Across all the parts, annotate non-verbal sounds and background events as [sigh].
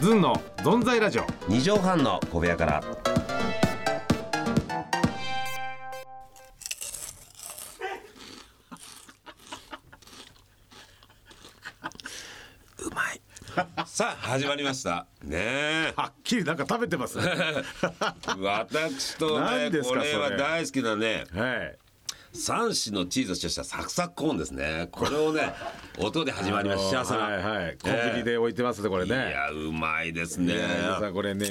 ずんのぞんざいラジオ二畳半の小部屋から。うまい。さあ始まりました。ねえ。はっきりなんか食べてますね [laughs] 私とね何ですこかそれれは大好きなねはい三種のチーズを使用したサクサクコーンですねこれを [laughs] ね音で始まりました幸せな、はいはいコンビニで置いてますねこれええいねやうまいですねいや皆さんこれね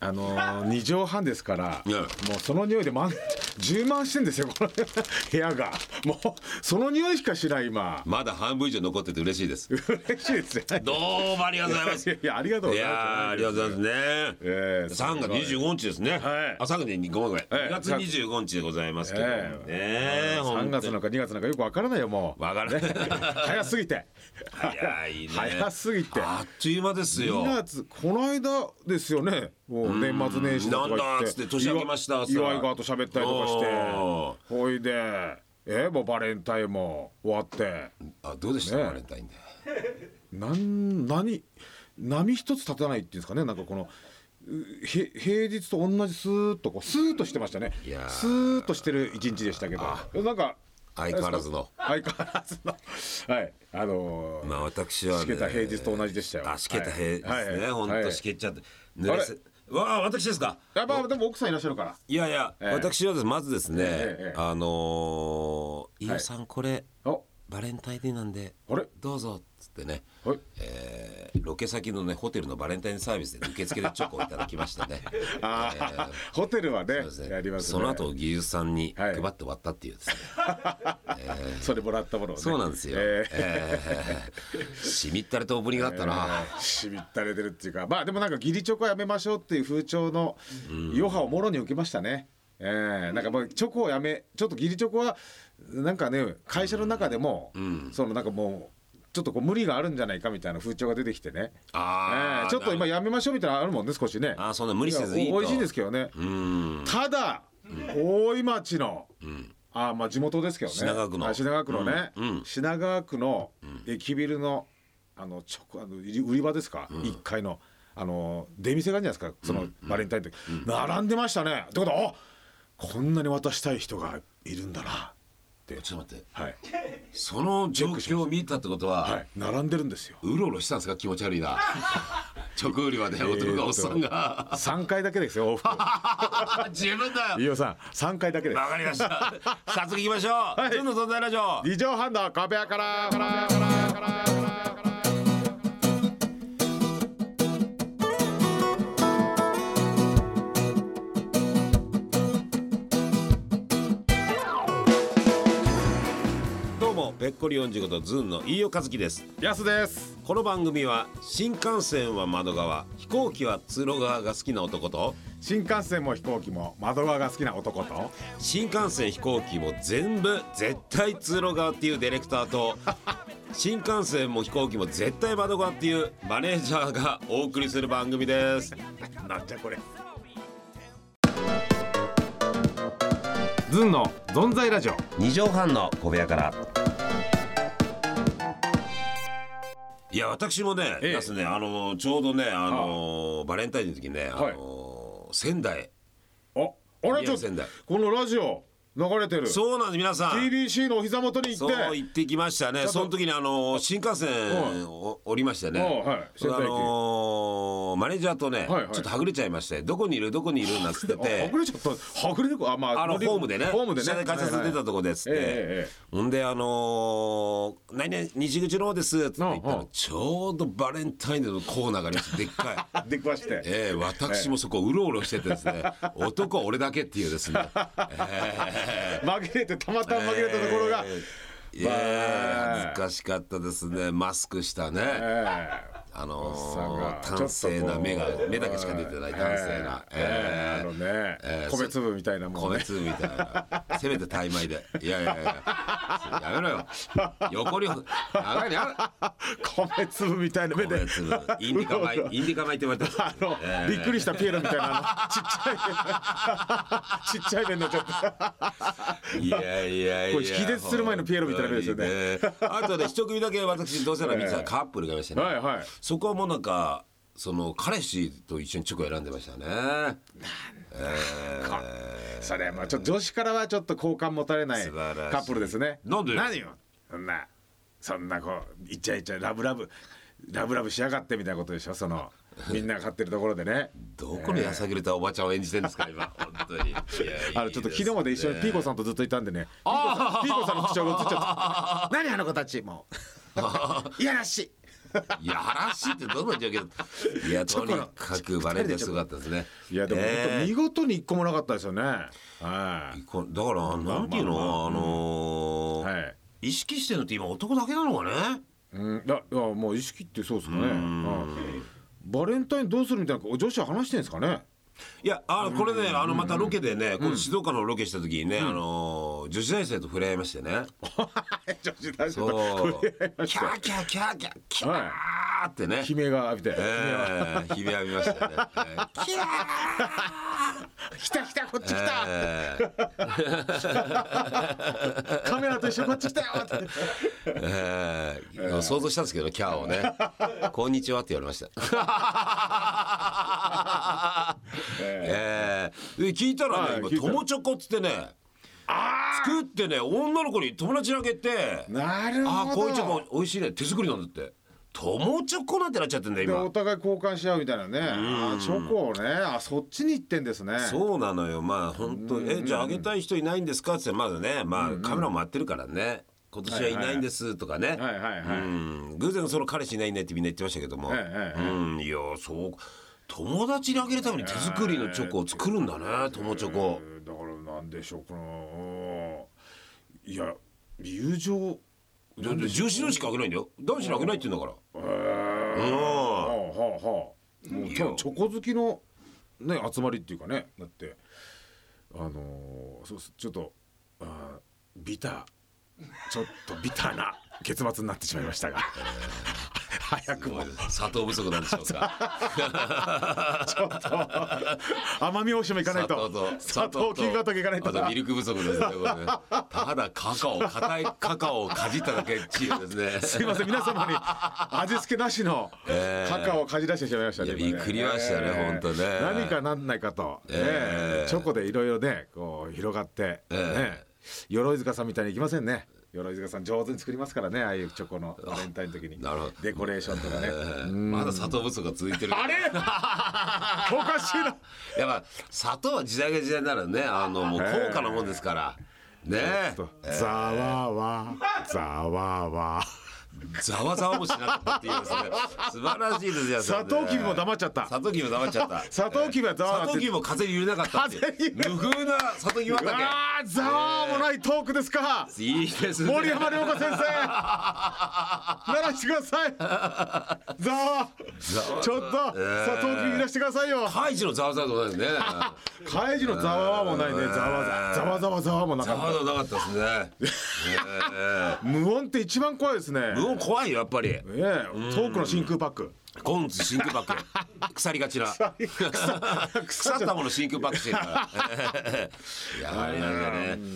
あのー、2畳半ですから、うんもうその匂いで満 [laughs] 充満してんですよこの [laughs] 部屋がもうその匂いしかしない今まだ半分以上残ってて嬉しいです嬉しいですねどうもありがとうございますいやありがとうごいざいやーまあすりがとうございますね。ええ3月25日ですね。はいあ、3月にごめんごめん。え2月25日でございますけど。ねえええ、ほ3んと月なのか2月なのかよくわからないよもうわからないね早すぎて早いね。早すぎてあっという間ですよ。 2月この間ですよねもう年末年始だとか言ってなんだっつって年明けましたっつったら岩井川と喋ったりとかしておほいでえもうバレンタインも終わってあ、どうでしたねえバレンタインで。なん何波一つ立たないっていうんですかねなんかこのうへ平日と同じスーッとこうスーッとしてましたねいやースーッとしてる一日でしたけどなんか相変わらずの相変わらずのはいあのーまあ私はね。しけた平日と同じでしたよあ、しけた平日はでいすはね。いほんとはいしけっちゃって。濡れせわあ、私ですかやっぱでも奥さんいらっしゃるからいやいや、ええ私はですまずですね、ええええあのー、飯尾さんこれ、あバレンタインデーなんであれどうぞっつってね、はいえーロケ先のねホテルのバレンタインサービスで受付でチョコをいただきましたねあえーーホテルはねそうですねやりますねその後技術さんには配いって割ったっていうですね、それもらったものをねそうなんですよ、えーえーしみったれとオープニングだったな、しみったれてるっていうかまあでもなんか義理チョコやめましょうっていう風潮の余波をもろに受けましたね、えーなんかもうチョコをやめちょっと義理チョコはなんかね会社の中でも、そのなんかもうちょっとこう無理があるんじゃないかみたいな風潮が出てきてねあえーーちょっと今やめましょうみたいなのあるもんね少しねあーそんな無理せずいいやとお美味しいんですけどねうんただ、大井町の、あーまあ地元ですけどね品川区のあ品川区のね、うんうん品川区の駅ビルのあのちょあの売り売り場ですか、一1階のあの出店があるじゃないですかそのバレンタインの時、並んでましたねってことはあこんなに渡したい人がいるんだなってちょっと待ってはい、その状況を見たってことは、はい、並んでるんですようろうろしたんですか気持ち悪いな直売りまで男がおっさんが、 3回だけですよ往復自分だ飯尾さん3回だ [laughs] けですわかりました。早速行きましょう。いずんの存在ラジオ。二畳半の壁屋からからからからからどうも、ぺっこり45とずんの飯尾和樹です。やすですこの番組は新幹線は窓側、飛行機は通路側が好きな男と。新幹線も飛行機も窓側が好きな男と新幹線飛行機も全部絶対通路側っていうディレクターと新幹線も飛行機も絶対窓側っていうマネージャーがお送りする番組ですなんじゃこれずんの存在ラジオ二畳半の小部屋からいや私もね、ええやすねあのちょうどねあのバレンタインの時にねあの、はい仙台あ、あれちょっと宮城仙台このラジオ流れてるそうなんです皆さん TBC のお膝元に行そっうて行ってきましたちょねっとその時にあの新幹はい線を降りましてね、はいはいそれであ仙台駅のマネージャーとね、はいはいちょっとはぐれちゃいましてどこにいるどこにいるなんつってあてはぐれちゃったはぐれるかあまああの乗りホームでねホームでね下で改札出たとこですって、はいはいえええほんであのー「何々西口の方です」って言っうんたうらん。ちょうどバレンタインデーのコーナーがありましてでっかい [laughs] 出くわして、ええ私もそこうろうろしててですね男は俺だけっていうで [laughs] すね。え紛れてたまたえま紛れたところが、ええいやー恥ずかしかったですねマスクしたね。ええあさのがー、端正な目がちょっとこう目だけしか出てない端正な、えええあのーね、えー米粒みたいなもん米ね粒みたいなせめて大枚でいやいや [laughs] いややめろよ横に長いにあ [laughs] 米粒みたいな目るで米粒インディカ米 [laughs] インディカ米って言われてるあの、えーびっくりしたピエロみたい [laughs] なあのちっちゃいちっちゃい目になっちゃったいやいやいやこれ引き出する前のピエロみたいな目ですよね本当にあとね一組だけ私どうせなら見てたカップルがいましたね、はいはいそこはもうなんかその彼氏と一緒にチョコ選んでましたね。それはまあちょっと女子からはちょっと好感持たれない素カ晴らしッいプルですねなんで何よそんなそんなこういっちゃいっちゃいラブラブラブラブしやがってみたいなことでしょそ [laughs] のみんなが買ってるところでねどこのやさぐれたおばちゃんを演じてるんですか今本当に。いやあのちょっと昨日まで一緒にピーコん。さんとずっといたんでねピーコさんピーコさんの口調が映っちゃった何あの子たちも [laughs] ういやらしいいやらしいってどんな状況だいやとにかくバレンタインすごかったですね。いやでも本え当ー見事に一個もなかったですよね。はい。こだからなんていうまあまのあのーはい。意識してるのって今男だけなのかね。うん、いや、いやもう意識ってそうですかね。はいバレンタインどうするみたいな、女子は話してんですか [laughs] ね。いやあこれねあのまたロケでね、この静岡のロケした時にね、あのー女子大生と触れ合いましてね。女子大生そうと触れ合いましキャた。ーキャーキャーキャーキャーってね。悲鳴が浴びて、えー、ひび浴びましたね。えーキャ来た来たこっち来ーた、 [laughs] えカメラと一緒こっち来たよ [laughs] ってーえー想像したんですけどねキャー [laughs] をね「こんにちは」って言われました。えーで聞いたらはねい今聞いたら友チョコっつってね作ってね女の子に友達にあげてなるあほどーこういうチョコ美味しいね手作りなんだって友チョコなんてなっちゃってんだでお今。互い交換し合うみたいなねあーチョコをねあそっちに行ってんですねそうなのよまあ本当えじゃああげたい人いないんですか?」って言ったらまだね、まあ、カメラも回ってるからね「今年はいないんです」とかね、はいはいはいうん偶然その彼氏いないねってみんな言ってましたけども、ええええうんいやそう友達にあげるために手作りのチョコを作るんだね友チョコえーだからなんでしょうこのうんいや友情だって重視のしかあげないんだよ男子にあげないって言うんだかえらうーはあんはあはあもういたやだチョコ好きのね集まりっていうかねだってあのーそうっすちょっとあービターちょっとビターな結末になってしまいましたが [laughs] 早くも砂糖不足なんでしょうか奄美大島行かないと砂糖金ヶ岳行かないとあとミルク不足ですね [laughs] これねただカカオ硬いカカオをかじっただけチームですすいねません皆様に味付けなしのえカカオをかじらしてしまいましたね。いやびっくりましたねええほんとね何かなんないかと、ねええチョコでいろいろねこう広がって、ね鎧塚さんみたいにいきませんね。鎧塚さん上手に作りますからねああいうチョコのバレンタインの時になるほどデコレーションとかね。まだ砂糖不足が続いてるあれおかしいな。やっぱ砂糖は時代が時代ならねあのもう高価なもんですからねえざわわざわわ。ざわざわもしなかったっていうですね素晴らしいですよ砂糖キビも黙っちゃった砂糖キビも黙っちゃった砂糖キビはざわ砂糖キビも風に揺れなかったっていう風に揺無風な砂糖キビうわ畑あざわもないトークですか。いいですね森山良子先生鳴らしてくださいざわちょっとさあ東京にいらしてくださいよハイジのざわざわと同じねカエジのざわわもないねざわざわざわざわもなざかっわざわなかったですねた無音って一番怖いですね無音怖いよやっぱりねえトークの真空パックコンツ真空パック腐りがちな腐ったもの真空パックしてるからやばいなん本だ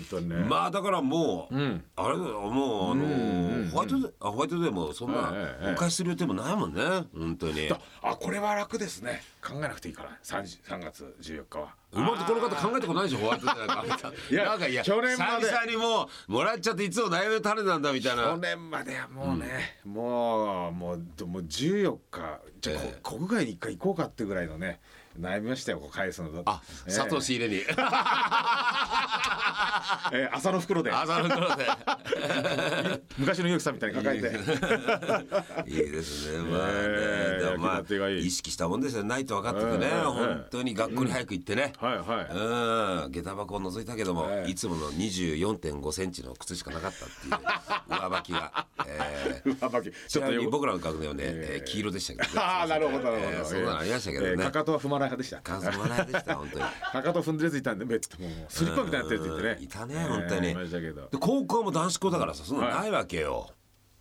当ねねまあだからもう、あれもうあのホワイトデーあホワイトデーもそんなええええお返しする予定もないもんね本当にあこれは楽ですね考えなくていいから三十三月十四日はうまくこの方考えたことないでしょホワイトデーなんか [laughs] いやなんかいや去年まで久々にもうもらっちゃっていつも悩み種なんだみたい去な年まではもうね、もうもうどもう14日じゃ、こえ国外に一回行こうかってぐらいのね悩みましたよこう返すのとあええ佐藤仕入れ [laughs] にえー朝の袋で朝の頃で昔のゆうきさんみたいに抱え [laughs] ていいですね。まあね、えでもま役立てがあいい意識したもんですよ。ないと分かっててね、ええ本当に学校に早く行ってね。はいはうん、下駄箱を覗いたけども、ええいつもの24.5センチの靴しかなかっ [laughs] たっていう上履きが、えい上履き [laughs] ちちょっとよ僕らの学年はね、えー黄色でしたけどね、 [laughs] ああなるほどなるほど、えーそうなのありましたけどね、えーかかとは踏まない派でした感想もらいでし [laughs] た本当にかかと踏んでるやついたんでめっちゃもうスリッパみたいになってるって言ってうねんいたね本当にえーいましたけどで高校も男子校だからさそんなのないわけよ、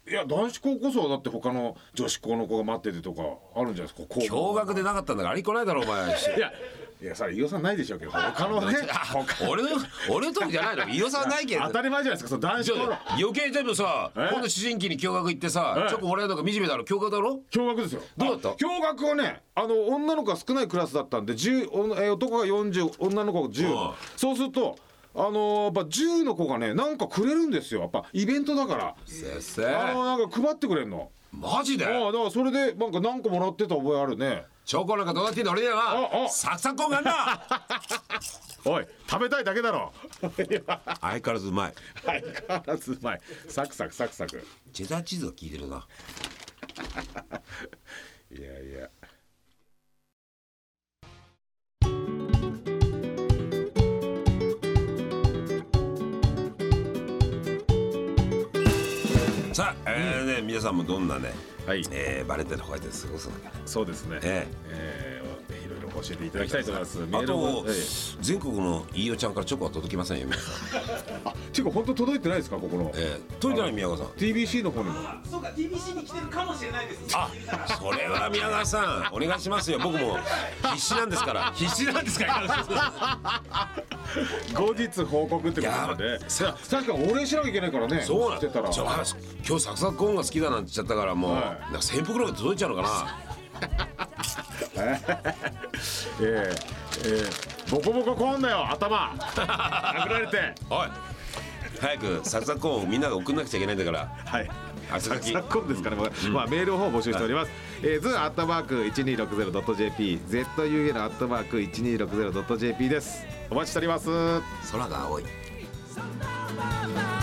いや男子校こそだって他の女子校の子が待っててとかあるんじゃないですか驚愕ででなかったんだからありこないだろお前いやいやさ飯尾さんないでしょうけど他のねあ俺の俺のとこじゃないの飯尾さんないけど当たり前じゃないですかその男ち子ょ校の余計全部さえ今度思春期に驚愕行ってさえチョコもらえるのが惨めだろ驚愕だろ驚愕ですよどうだったあ驚愕はねあの女の子が少ないクラスだったんで10おえー男が40女の子がうん10そうするとあのーやっぱ10の子がねなんかくれるんですよやっぱイベントだから先あの生なんか配ってくれんのマジでああだからそれでなんか何個もらってた覚えあるねチョコなんかどうだっていいの俺にはおなおサクサクがんな [laughs] おい食べたいだけだ [laughs] ろいや相変わらずうまい相変わらずうまいサクサクサクサクチェダーチーズが効いてるないやいやさあ、えーね、皆さんもどんなね、はいえー、バレンタインのホワイトデー過ごすのかね、そうですねええーいろいろ教えていただきたいと思いますー、あと、ええ全国の飯尾ちゃんからチョコは届きませんよ、皆さんていうか本当届いてないですかここの、えー、届いてない宮川さん TBC の方にもあそうか TBC に来てるかもしれないですあそれは宮川 [laughs] さんお願いしますよ僕も必死なんですから [laughs] 必死なんですから後日報告ってことなのいでやいや確かお礼しなきゃいけないからねそうなんしてたらちょあ今日サクサクコーンが好きだなんて言っちゃったからもう、はいなんか千袋が届いちゃうのかなええええボコボコこんだよ [laughs] 頭殴られておい早くサクサクコーンをみんなが送んなくちゃいけないんだからはいあそこ昨今ですかね、これまあ、メールの方を募集しております。えー、ズンアットマーク一二六ゼロドット jp、z u n アットマーク一二六ゼロドット jp です。お待ちしております。空が青い Samba, bamba,